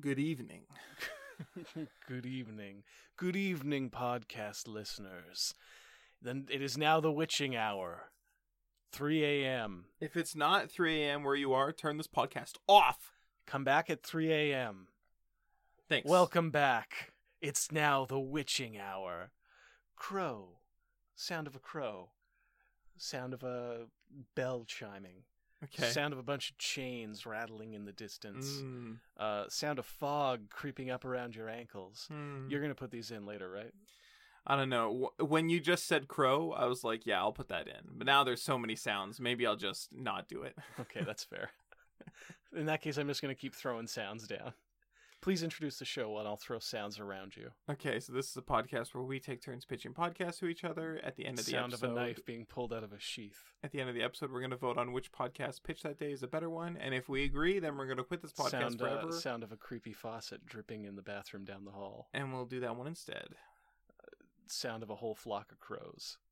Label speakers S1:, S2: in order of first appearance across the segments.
S1: Good evening.
S2: good evening. Good evening, podcast listeners. Then it is now the witching hour, 3 a.m.
S1: If it's not 3 a.m. where you are, turn this podcast off.
S2: Come back at 3 a.m.
S1: Thanks.
S2: Welcome back. It's now the witching hour. Crow. Sound of a crow. Sound of a bell chiming.
S1: okay.
S2: Sound of a bunch of chains rattling in the distance.
S1: Mm.
S2: Uh, sound of fog creeping up around your ankles.
S1: Mm.
S2: You're going to put these in later, right?
S1: I don't know. Wh- When you just said crow, I was like, yeah, I'll put that in. But now there's so many sounds. Maybe I'll just not do it.
S2: Okay, that's fair. In that case, I'm just going to keep throwing sounds down. Please introduce the show and I'll throw sounds around you.
S1: Okay, so this is a podcast where we take turns pitching podcasts to each other. At the end of the
S2: sound
S1: episode,
S2: of a knife being pulled out of a sheath.
S1: at the end of the episode, we're going to vote on which podcast pitch that day is a better one. And if we agree, then we're going to quit this podcast
S2: sound, uh,
S1: forever,
S2: sound of a creepy faucet dripping in the bathroom down the hall.
S1: and we'll do that one instead.
S2: Sound of a whole flock of crows.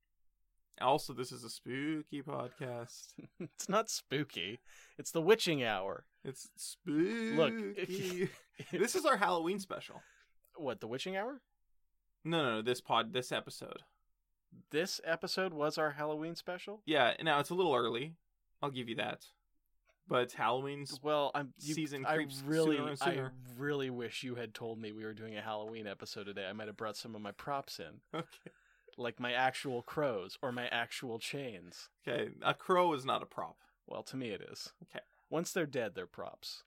S1: Also, this is a spooky podcast.
S2: it's not spooky. It's the witching hour.
S1: It's spooky. this is our Halloween special.
S2: what the witching hour?
S1: No, no, no. This pod, this episode.
S2: This episode was our Halloween special.
S1: Yeah. Now it's a little early. I'll give you that. But Halloween's
S2: Well, I'm you,
S1: Season
S2: I
S1: creeps
S2: really,
S1: sooner and sooner.
S2: I really wish you had told me we were doing a Halloween episode today. I might have brought some of my props in.
S1: okay.
S2: like my actual crows or my actual chains.
S1: Okay. A crow is not a prop.
S2: Well, to me it is.
S1: Okay.
S2: Once they're dead, they're props.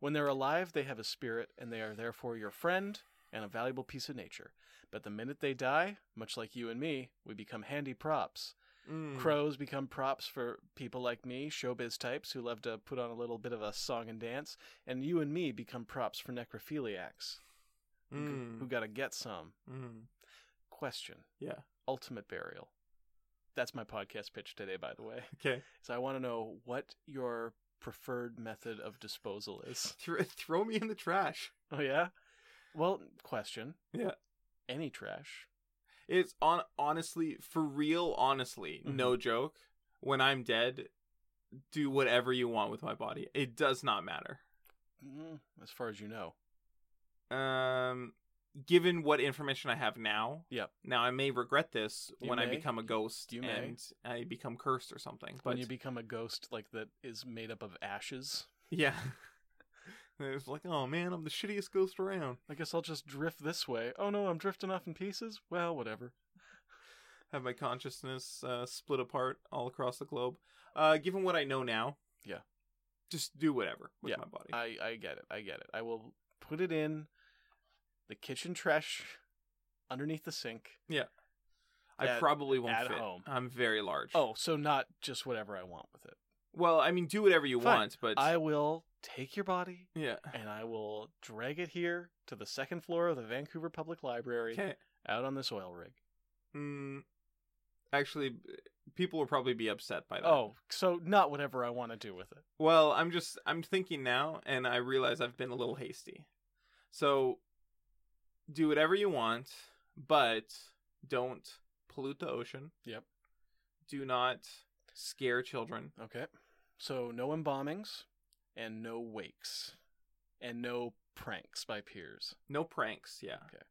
S2: When they're alive, they have a spirit and they are therefore your friend and a valuable piece of nature. But the minute they die, much like you and me, we become handy props.
S1: Mm.
S2: Crows become props for people like me, showbiz types who love to put on a little bit of a song and dance, and you and me become props for necrophiliacs who- who
S1: Mm.
S2: got to get some.
S1: Mm.
S2: Question.
S1: Yeah.
S2: Ultimate burial. That's my podcast pitch today, by the way.
S1: Okay.
S2: So I want to know what your preferred method of disposal is.
S1: Thro- throw me in the trash.
S2: Oh yeah. Well, question.
S1: Yeah.
S2: Any trash?
S1: It's on honestly, for real, honestly,
S2: Mhm.
S1: no joke. When I'm dead, do whatever you want with my body. It does not matter.
S2: Mm, as far as you know.
S1: Um, given what information I have now,
S2: Yep.
S1: Now I may regret this
S2: You
S1: when I
S2: may.
S1: become a ghost
S2: You may.
S1: and I become cursed or something. But
S2: When you become a ghost, like that is made up of ashes.
S1: yeah, it's like, oh man, I'm the shittiest ghost around.
S2: I guess I'll just drift this way. Oh no, I'm drifting off in pieces. Well, whatever.
S1: Have my consciousness uh, split apart all across the globe. Uh, given what I know now,
S2: Yeah.
S1: just do whatever with
S2: Yeah.
S1: my body.
S2: I I get it. I get it. I will put it in the kitchen trash underneath the sink.
S1: I
S2: At-
S1: probably won't
S2: at
S1: fit.
S2: home.
S1: I'm very large.
S2: Oh, so not just whatever I want with it.
S1: well, I mean, do whatever you
S2: Fine.
S1: want, but
S2: I will take your body
S1: yeah,
S2: and I will drag it here to the second floor of the Vancouver Public Library
S1: okay.
S2: out on this oil rig.
S1: Mm, actually, people will probably be upset by that.
S2: Oh, so not whatever I want to do with it.
S1: Well, I'm just I'm thinking now, and I realize I've been a little hasty. So, do whatever you want, but don't pollute the ocean.
S2: Yep.
S1: Do not scare children.
S2: Okay. So no embalmings and no wakes and no pranks by peers.
S1: No pranks. Yeah.
S2: Okay.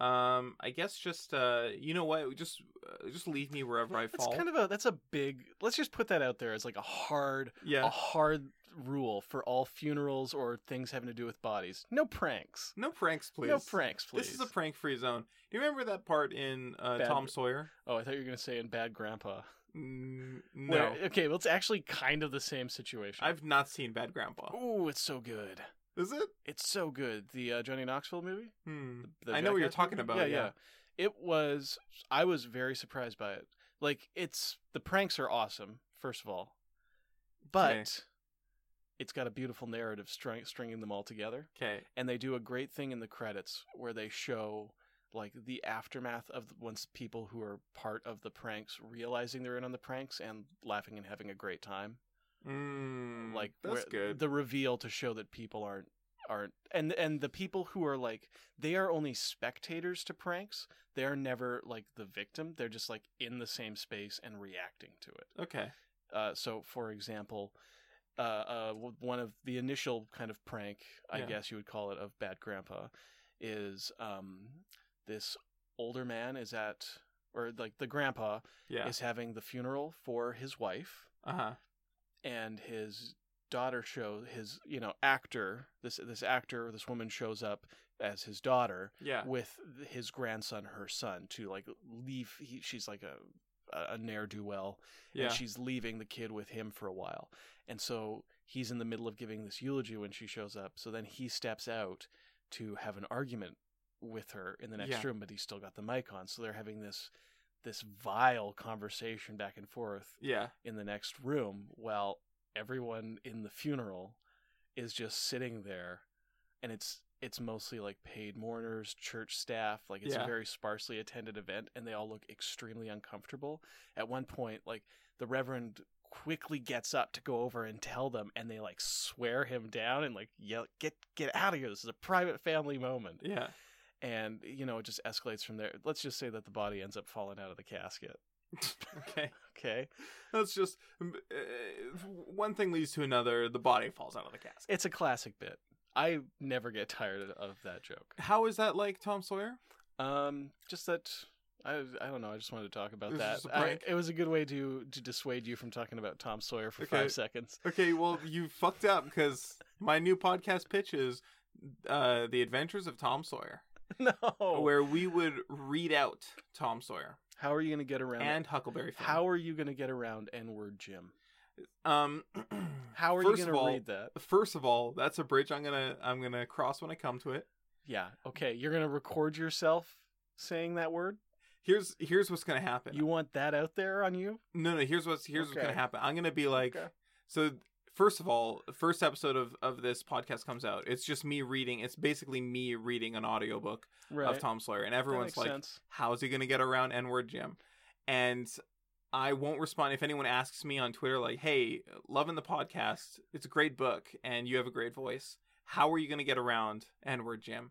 S1: Um, I guess just uh, you know what? Just uh, just leave me wherever I
S2: That's
S1: fall.
S2: kind of a that's a big let's just put that out there as like a hard a
S1: yeah.
S2: hard rule for all funerals or things having to do with bodies. No pranks.
S1: No pranks, please.
S2: No pranks, please.
S1: This is a prank-free zone. Do you remember that part in uh,
S2: Bad-
S1: Tom Sawyer?
S2: oh, I thought you were gonna say in Bad Grandpa.
S1: Mm, no,
S2: Where- okay, well it's actually kind of the same situation.
S1: I've not seen Bad Grandpa.
S2: Oh, it's so good.
S1: Is it?
S2: It's so good. The uh, Johnny Knoxville movie.
S1: Hmm.
S2: The
S1: I know what you're
S2: Jackass
S1: talking
S2: movie?
S1: about, yeah.
S2: It was. I was very surprised by it. Like, it's the pranks are awesome. First of all, but it's got a beautiful narrative string, stringing them all together,
S1: Okay.
S2: and they do a great thing in the credits where they show like the aftermath of the- once people who are part of the pranks realizing they're in on the pranks and laughing and having a great time.
S1: Mm,
S2: like
S1: that's
S2: where-
S1: good.
S2: the reveal to show that people aren't aren't and and the people who are like they are only spectators to pranks they are never like the victim they're just like in the same space and reacting to it
S1: okay.
S2: uh, so for example uh, uh, w- one of the initial kind of prank, I
S1: Yeah.
S2: guess you would call it, of Bad Grandpa, is um, this older man is at, or like the grandpa
S1: Yeah.
S2: is having the funeral for his wife,
S1: Uh huh.
S2: and his daughter show his you know actor this this actor this woman shows up as his daughter
S1: Yeah.
S2: with his grandson, her son, to like leave. He, she's like a a, a ne'er do well,
S1: Yeah.
S2: and she's leaving the kid with him for a while. And so he's in the middle of giving this eulogy when she shows up. So then he steps out to have an argument with her in the next
S1: Yeah.
S2: room, but he's still got the mic on. So they're having this this vile conversation back and forth
S1: yeah.
S2: in the next room while everyone in the funeral is just sitting there and it's it's mostly like paid mourners church staff like it's
S1: Yeah.
S2: a very sparsely attended event and they all look extremely uncomfortable at one point like the reverend quickly gets up to go over and tell them and they like swear him down and like yell get get out of here this is a private family moment
S1: Yeah.
S2: and you know it just escalates from there let's just say that the body ends up falling out of the casket
S1: Okay.
S2: okay
S1: That's just uh, one thing leads to another. The body falls out of the casket.
S2: It's a classic bit. I never get tired of that joke.
S1: How is that like Tom Sawyer?
S2: Um, just that I I don't know. I just wanted to talk about
S1: This
S2: that.
S1: is a
S2: I-
S1: prank.
S2: it was a good way to to dissuade you from talking about Tom Sawyer for
S1: Okay.
S2: five seconds.
S1: Okay, well you fucked up because my new podcast pitch is uh, the Adventures of Tom Sawyer,
S2: no.
S1: where we would read out Tom Sawyer
S2: How are you going to get around?
S1: and Huckleberry Finn.
S2: how are you going to get around N word Jim?
S1: Um,
S2: How are
S1: first
S2: you
S1: of
S2: going
S1: all-
S2: to read that?
S1: First of all, that's a bridge I'm gonna I'm gonna cross when I come to it.
S2: Yeah. Okay. You're going to record yourself saying that word.
S1: Here's here's what's gonna happen.
S2: You want that out there on you?
S1: No, no. Here's what's here's what's
S2: Okay.
S1: gonna happen. I'm gonna be like,
S2: Okay.
S1: so first of all, the first episode of of this podcast comes out. It's just me reading. It's basically me reading an audiobook
S2: Right.
S1: of Tom Sawyer, and
S2: That
S1: everyone's
S2: makes
S1: like,
S2: sense.
S1: "How's he gonna get around N word Jim?" And I won't respond if anyone asks me on Twitter, like, "Hey, loving the podcast. It's a great book, and you have a great voice. How are you gonna get around N word Jim?"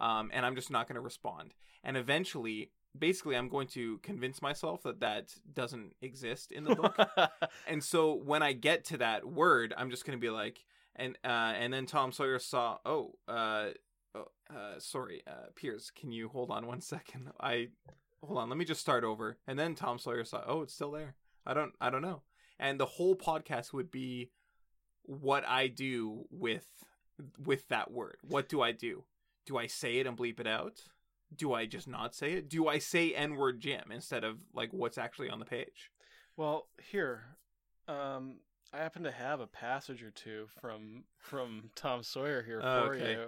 S1: Um, and I'm just not gonna respond. And eventually. Basically, I'm going to convince myself that that doesn't exist in the book. And so when I get to that word, I'm just gonna be like, and uh, and then Tom Sawyer saw, oh, uh, oh, uh sorry, uh, Piers, can you hold on one second? I hold on, let me just start over. And then Tom Sawyer saw, oh, it's still there. I don't, I don't know. And the whole podcast would be what I do with with that word. What do I do? Do I say it and bleep it out? Do I just not say it? Do I say N word Jim instead of like what's actually on the page?
S2: Well, here, um, I happen to have a passage or two from from Tom Sawyer here
S1: Oh,
S2: for
S1: okay.
S2: you.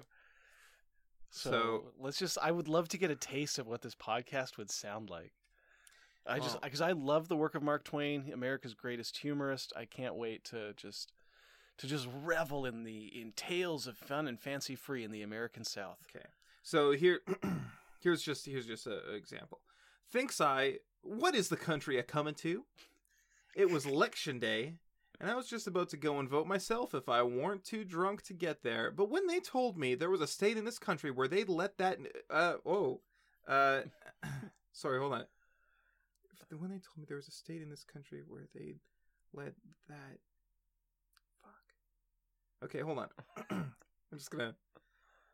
S2: So,
S1: So-
S2: let's just. I would love to get a taste of what this podcast would sound like. I just
S1: Wow.
S2: because I love the work of Mark Twain, America's greatest humorist. I can't wait to just to just revel in the in tales of fun and fancy free in the American South.
S1: So here, here's just here's just an example. Thinks I, what is the country a coming to? It was election day, and I was just about to go and vote myself if I weren't too drunk to get there. But when they told me there was a state in this country where they'd let that, uh, oh, uh, sorry, hold on. When they told me there was a state in this country where they'd let that, fuck. Okay, hold on. I'm just gonna.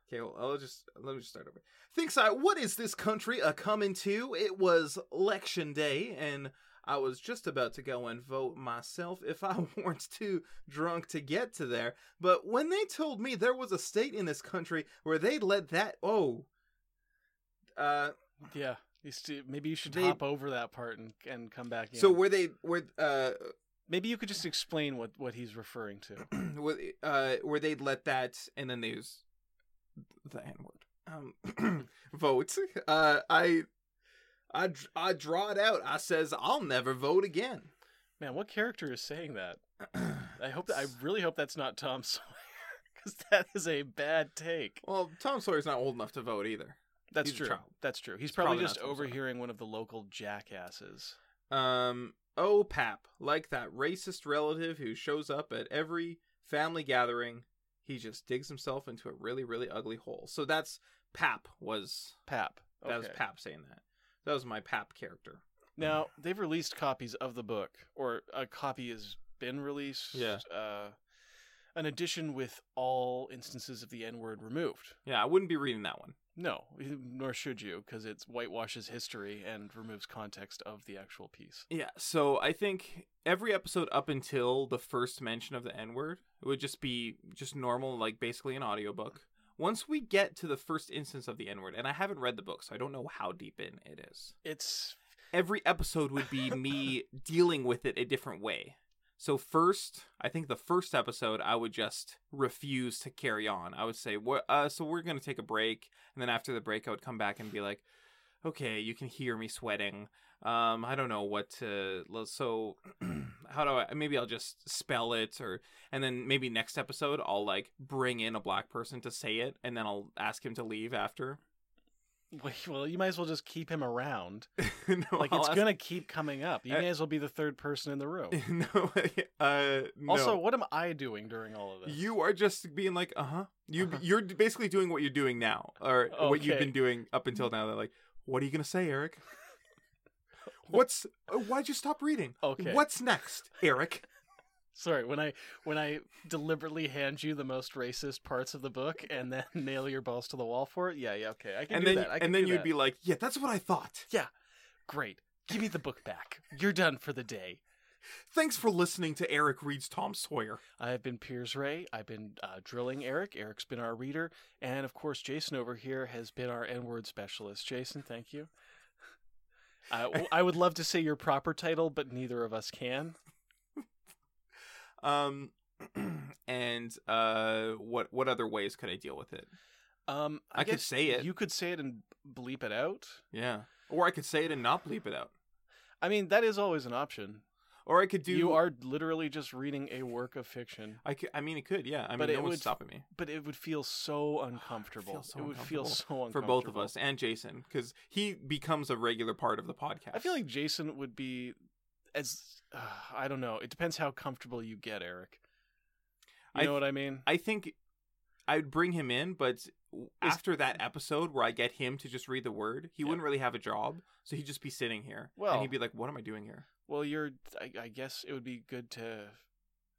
S1: Okay, well, I'll just let me just start over. Thinks I, what is this country a coming to? It was election day, and I was just about to go and vote myself if I weren't too drunk to get to there. But when they told me there was a state in this country where they'd let that, oh, uh,
S2: Yeah, you st- maybe you should
S1: They-
S2: hop over that part and and come back in.
S1: so where they where uh
S2: maybe you could just explain what what he's referring to.
S1: where, uh where they'd let that and then they use the n word um vote uh i I, dr- I draw it out. I says I'll never vote again.
S2: Man, what character is saying that? I hope that, I really hope that's not Tom Sawyer because that is a bad take.
S1: well, Tom Sawyer's not old enough to vote either.
S2: That's
S1: He's a
S2: true.
S1: child.
S2: That's true. He's
S1: It's
S2: probably,
S1: probably not
S2: just
S1: Tom Sawyer.
S2: overhearing one of the local jackasses.
S1: Um, oh, Pap, like that racist relative who shows up at every family gathering, he just digs himself into a really, really ugly hole. So that's Pap was
S2: Pap.
S1: that was
S2: Okay.
S1: Pap saying that. That was my Pap character.
S2: Now they've released copies of the book, or a copy has been released.
S1: Yeah.
S2: Uh, an edition with all instances of the N word removed.
S1: Yeah, I wouldn't be reading that one.
S2: No, nor should you, because it whitewashes history and removes context of the actual piece.
S1: Yeah, so I think every episode up until the first mention of the N word it would just be just normal, like basically an audiobook. Once we get to the first instance of the N word, and I haven't read the book, so I don't know how deep in it is.
S2: It's
S1: Every episode would be me dealing with it a different way. So first, I think the first episode, I would just refuse to carry on. I would say, "What? Uh, so we're gonna take a break, and then after the break, I would come back and be like, "Okay, you can hear me sweating. Um, I don't know what to. So how do I? Maybe I'll just spell it, or and then maybe next episode, I'll like bring in a black person to say it, and then I'll ask him to leave after.
S2: Well, you might as well just keep him around.
S1: no,
S2: Like
S1: I'll
S2: it's
S1: ask-
S2: gonna keep coming up. You
S1: Uh,
S2: may as well be the third person in the room.
S1: no, uh, no.
S2: Also, what am I doing during all of this?
S1: You are just being like, uh huh. You
S2: Uh-huh.
S1: you're basically doing what you're doing now, or what you've
S2: Okay.
S1: been doing up until now. They're like, what are you gonna say, Eric? What's uh, why'd you stop reading?
S2: okay?
S1: What's next, Eric?
S2: Sorry, when I when I deliberately hand you the most racist parts of the book and then nail your balls to the wall for it. Yeah, yeah, okay. I can
S1: and
S2: do
S1: then
S2: that. I can
S1: and then
S2: do
S1: you'd
S2: that.
S1: be like, yeah, that's what I thought.
S2: great. Give me the book back. You're done for the day.
S1: Thanks for listening to Eric reads Tom Sawyer.
S2: I have been Piers Ray. I've been uh, drilling Eric. Eric's been our reader, and of course, Jason over here has been our N-word specialist. Jason, thank you. Uh, w- I would love to say your proper title, but neither of us can.
S1: Um, and uh, what what other ways could I deal with it?
S2: Um,
S1: I, could
S2: guess
S1: say it,
S2: You could say it and bleep it out.
S1: yeah, or I could say it and not bleep it out,
S2: I mean, that is always an option.
S1: or I could do.
S2: you are literally just reading a work of fiction,
S1: I, could, I mean, it could. Yeah, I mean,
S2: But
S1: no
S2: it
S1: one's
S2: would-
S1: stopping me.
S2: but it would feel so uncomfortable.
S1: so
S2: it would feel
S1: uncomfortable
S2: so uncomfortable
S1: for both of us and Jason because he becomes a regular part of the podcast.
S2: I feel like Jason would be as uh, I don't know. It depends how comfortable you get, Eric. You
S1: I
S2: know what I mean?
S1: I think I'd bring him in, but after that episode where I get him to just read the word, he
S2: Yeah.
S1: wouldn't really have a job, so he'd just be sitting here.
S2: Well-
S1: and he'd be like, "What am I doing here?"
S2: well, you're. I, I guess it would be good to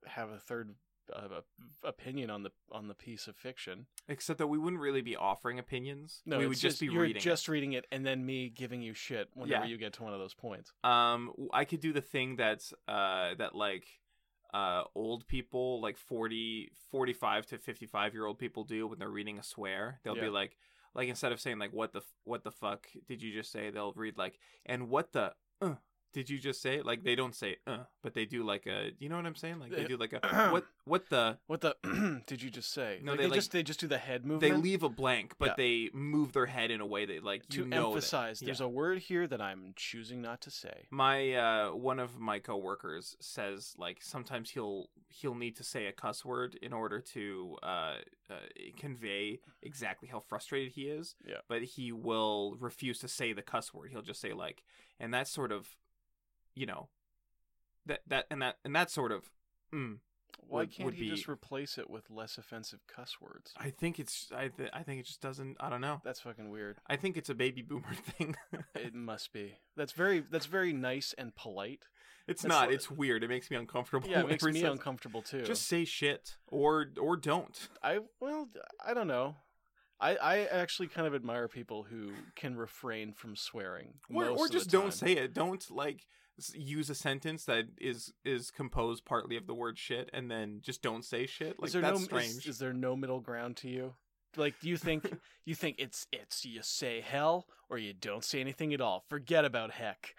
S2: have a third uh, opinion on the on the piece of fiction.
S1: Except that we wouldn't really be offering opinions.
S2: No,
S1: we
S2: it's
S1: would just, be
S2: you're
S1: reading. it.
S2: just reading it, and then me giving you shit whenever
S1: Yeah.
S2: you get to one of those points.
S1: Um, I could do the thing that's uh that like uh old people like 40 45 to 55 year old people do when they're reading a swear they'll
S2: Yeah.
S1: be like like instead of saying like what the f- what the fuck did you just say they'll read like and what the uh, did you just say like they don't say uh but they do like a you know what i'm saying like
S2: Eh,
S1: they do like a what what the
S2: What the did you just say?
S1: No,
S2: Like,
S1: they, like-
S2: just they just do the head
S1: they
S2: movement.
S1: leave a blank but
S2: Yeah.
S1: they move their head in a way that like you
S2: to
S1: know that-
S2: emphasize.
S1: yeah.
S2: There's a word here that I'm choosing not to say.
S1: my uh one of my coworkers says like sometimes he'll he'll need to say a cuss word in order to uh, uh convey exactly how frustrated he is
S2: Yeah.
S1: but he will refuse to say the cuss word he'll just say like and that sort of you know that that and that and that sort of mm,
S2: Why
S1: would-
S2: can't
S1: would
S2: he
S1: be-
S2: just replace it with less offensive cuss words?
S1: i think it's i th- i think it just doesn't i don't know
S2: That's fucking weird.
S1: i think it's a baby boomer thing
S2: It must be. That's very that's very nice and polite.
S1: it's
S2: That's
S1: not
S2: what-
S1: it's weird it makes me uncomfortable
S2: Yeah, it makes
S1: whenever
S2: me
S1: he says-
S2: uncomfortable too.
S1: just say shit or or don't
S2: I well, I don't know. I, I actually kind of admire people who can refrain from swearing.
S1: or,
S2: most
S1: or
S2: of the
S1: just don't
S2: time.
S1: say it don't like s- use a sentence that is is composed partly of the word shit and then just don't say shit like
S2: is there
S1: that's
S2: no
S1: strange
S2: Is, is there no middle ground to you? Like, do you think you think it's it's you say hell or you don't say anything at all? Forget about heck.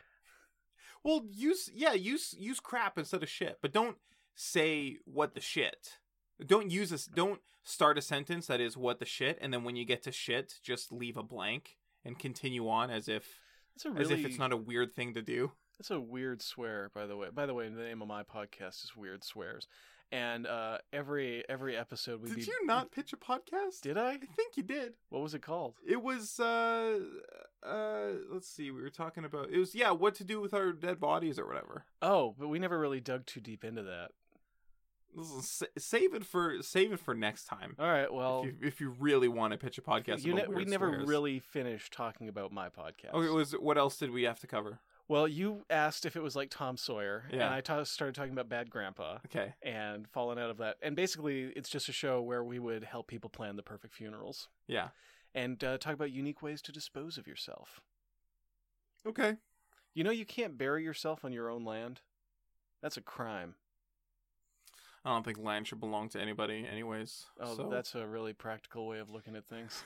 S1: well use yeah use use crap instead of shit but don't say what the shit don't use this don't start a sentence that is what the shit and then when you get to shit just leave a blank and continue on as if
S2: That's a really
S1: as if it's not a weird thing to do
S2: That's a weird swear, by the way. By the way, the name of my podcast is Weird Swears, and uh, every every episode we
S1: did
S2: be...
S1: you not pitch a podcast
S2: Did I?
S1: i think you did
S2: What was it called?
S1: It was uh uh let's see, we were talking about it was yeah, what to do with our dead bodies or whatever.
S2: Oh, but we never really dug too deep into that.
S1: This is- sa- Save it for save it for next time.
S2: All right, well,
S1: if, you, if you really want to pitch a podcast,
S2: you
S1: about
S2: ne- we
S1: weird
S2: never
S1: swears.
S2: really finished talking about my podcast.
S1: Okay, it was what else did we have to cover?
S2: Well, you asked if it was like Tom Sawyer,
S1: Yeah.
S2: and I ta- started talking about Bad Grandpa
S1: Okay.
S2: and falling out of that. And basically, it's just a show where we would help people plan the perfect funerals
S1: Yeah.
S2: and uh, talk about unique ways to dispose of yourself.
S1: Okay.
S2: You know, you can't bury yourself on your own land. That's a crime.
S1: I don't think land should belong to anybody, anyways.
S2: Oh,
S1: so,
S2: that's a really practical way of looking at things.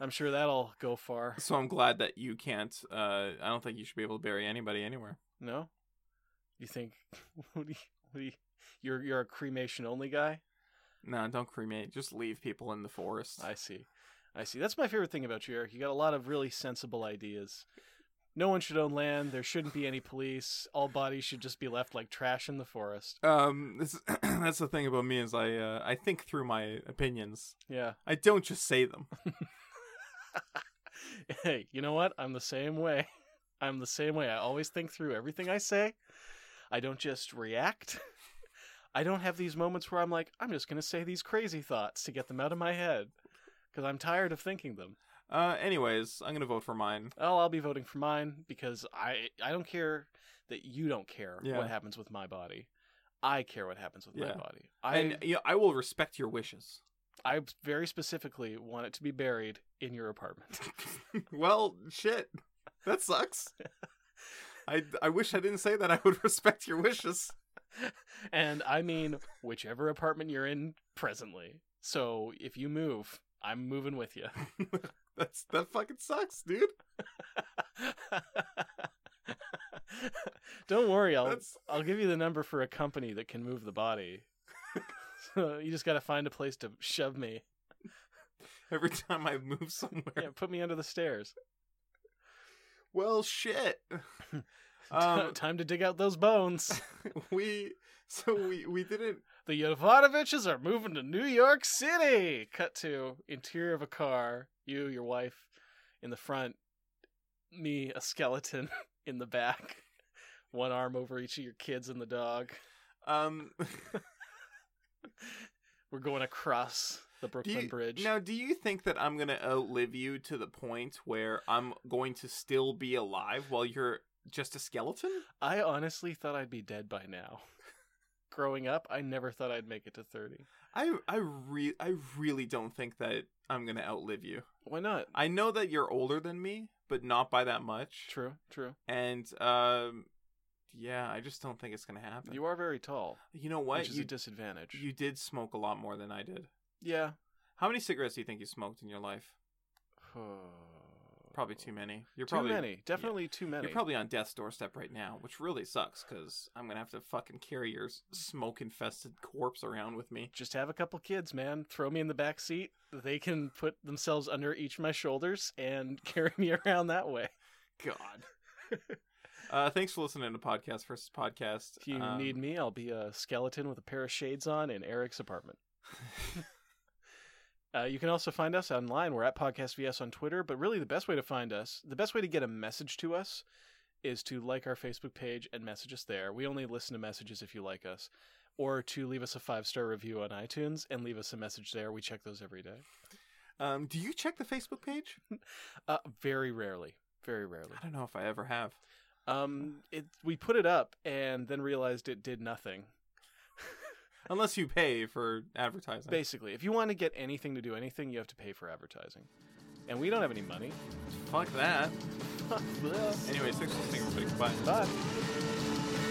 S2: I'm sure that'll go far.
S1: so I'm glad that you can't. Uh, I don't think you should be able to bury anybody anywhere.
S2: No, you think what do you, what do you, you're you're a cremation only guy?
S1: No, don't cremate. Just leave people in the forest.
S2: I see, I see. That's my favorite thing about you, Eric. You got a lot of really sensible ideas. No one should own land. There shouldn't be any police. All bodies should just be left like trash in the forest.
S1: Um, this, that's the thing about me is I uh, I think through my opinions.
S2: Yeah.
S1: I don't just say them.
S2: hey, you know what? I'm the same way. I'm the same way. I always think through everything I say. I don't just react. I don't have these moments where I'm like, I'm just going to say these crazy thoughts to get them out of my head because I'm tired of thinking them.
S1: Uh, anyways, I'm gonna vote for mine.
S2: Oh, I'll be voting for mine because I I don't care that you don't care
S1: Yeah.
S2: what happens with my body. I care what happens with
S1: Yeah.
S2: my body. I
S1: and you know, I will respect your wishes.
S2: I very specifically want it to be buried in your apartment.
S1: well, shit, that sucks. I I wish I didn't say that. I would respect your wishes.
S2: and I mean whichever apartment you're in presently. So if you move, I'm moving with you.
S1: That's that fucking sucks, dude.
S2: Don't worry, I'll
S1: That's
S2: I'll give you the number for a company that can move the body. so you just got to find a place to shove me.
S1: every time I move somewhere.
S2: Yeah, put me under the stairs.
S1: Well, shit.
S2: T-
S1: um,
S2: Time to dig out those bones.
S1: we so we we didn't
S2: the Yovanoviches are moving to New York City. Cut to interior of a car. You, your wife, in the front. Me, a skeleton in the back. One arm over each of your kids and the dog.
S1: um
S2: We're going across the
S1: do
S2: Brooklyn
S1: you,
S2: Bridge.
S1: now do you think that I'm gonna outlive you to the point where I'm going to still be alive while you're just a skeleton?
S2: I honestly thought I'd be dead by now. Growing up, I never thought I'd make it to 30.
S1: I I re- I really don't think that I'm gonna outlive you.
S2: Why not?
S1: I know that you're older than me, but not by that much.
S2: True, true.
S1: And um, yeah, I just don't think it's gonna happen.
S2: You are very tall,
S1: You know what?
S2: which is
S1: You
S2: a disadvantage.
S1: you did smoke a lot more than I did.
S2: yeah.
S1: How many cigarettes do you think you smoked in your life? Probably too many. You're
S2: Oh. Too
S1: probably
S2: many. Definitely too many.
S1: You're probably on death's doorstep right now, which really sucks because I'm gonna have to fucking carry your smoke infested corpse around with me.
S2: just have a couple kids, man. Throw me in the back seat. They can put themselves under each of my shoulders and carry me around that way.
S1: God. uh, thanks for listening to podcast versus podcast.
S2: If you
S1: Um,
S2: need me, I'll be a skeleton with a pair of shades on in Eric's apartment. Uh, you can also find us online. We're at Podcast VS on Twitter, but really the best way to find us, the best way to get a message to us, is to like our Facebook page and message us there. We only listen to messages if you like us, or to leave us a five star review on iTunes and leave us a message there. We check those every day.
S1: um, do you check the Facebook page?
S2: Uh, very rarely, very rarely.
S1: I don't know if I ever have.
S2: Um, it we put it up and then realized it did nothing.
S1: Unless you pay for advertising.
S2: Basically, if you want to get anything to do anything, you have to pay for advertising, and we don't have any money.
S1: Fuck that. Anyways, thanks for listening, everybody. Bye.
S2: Bye.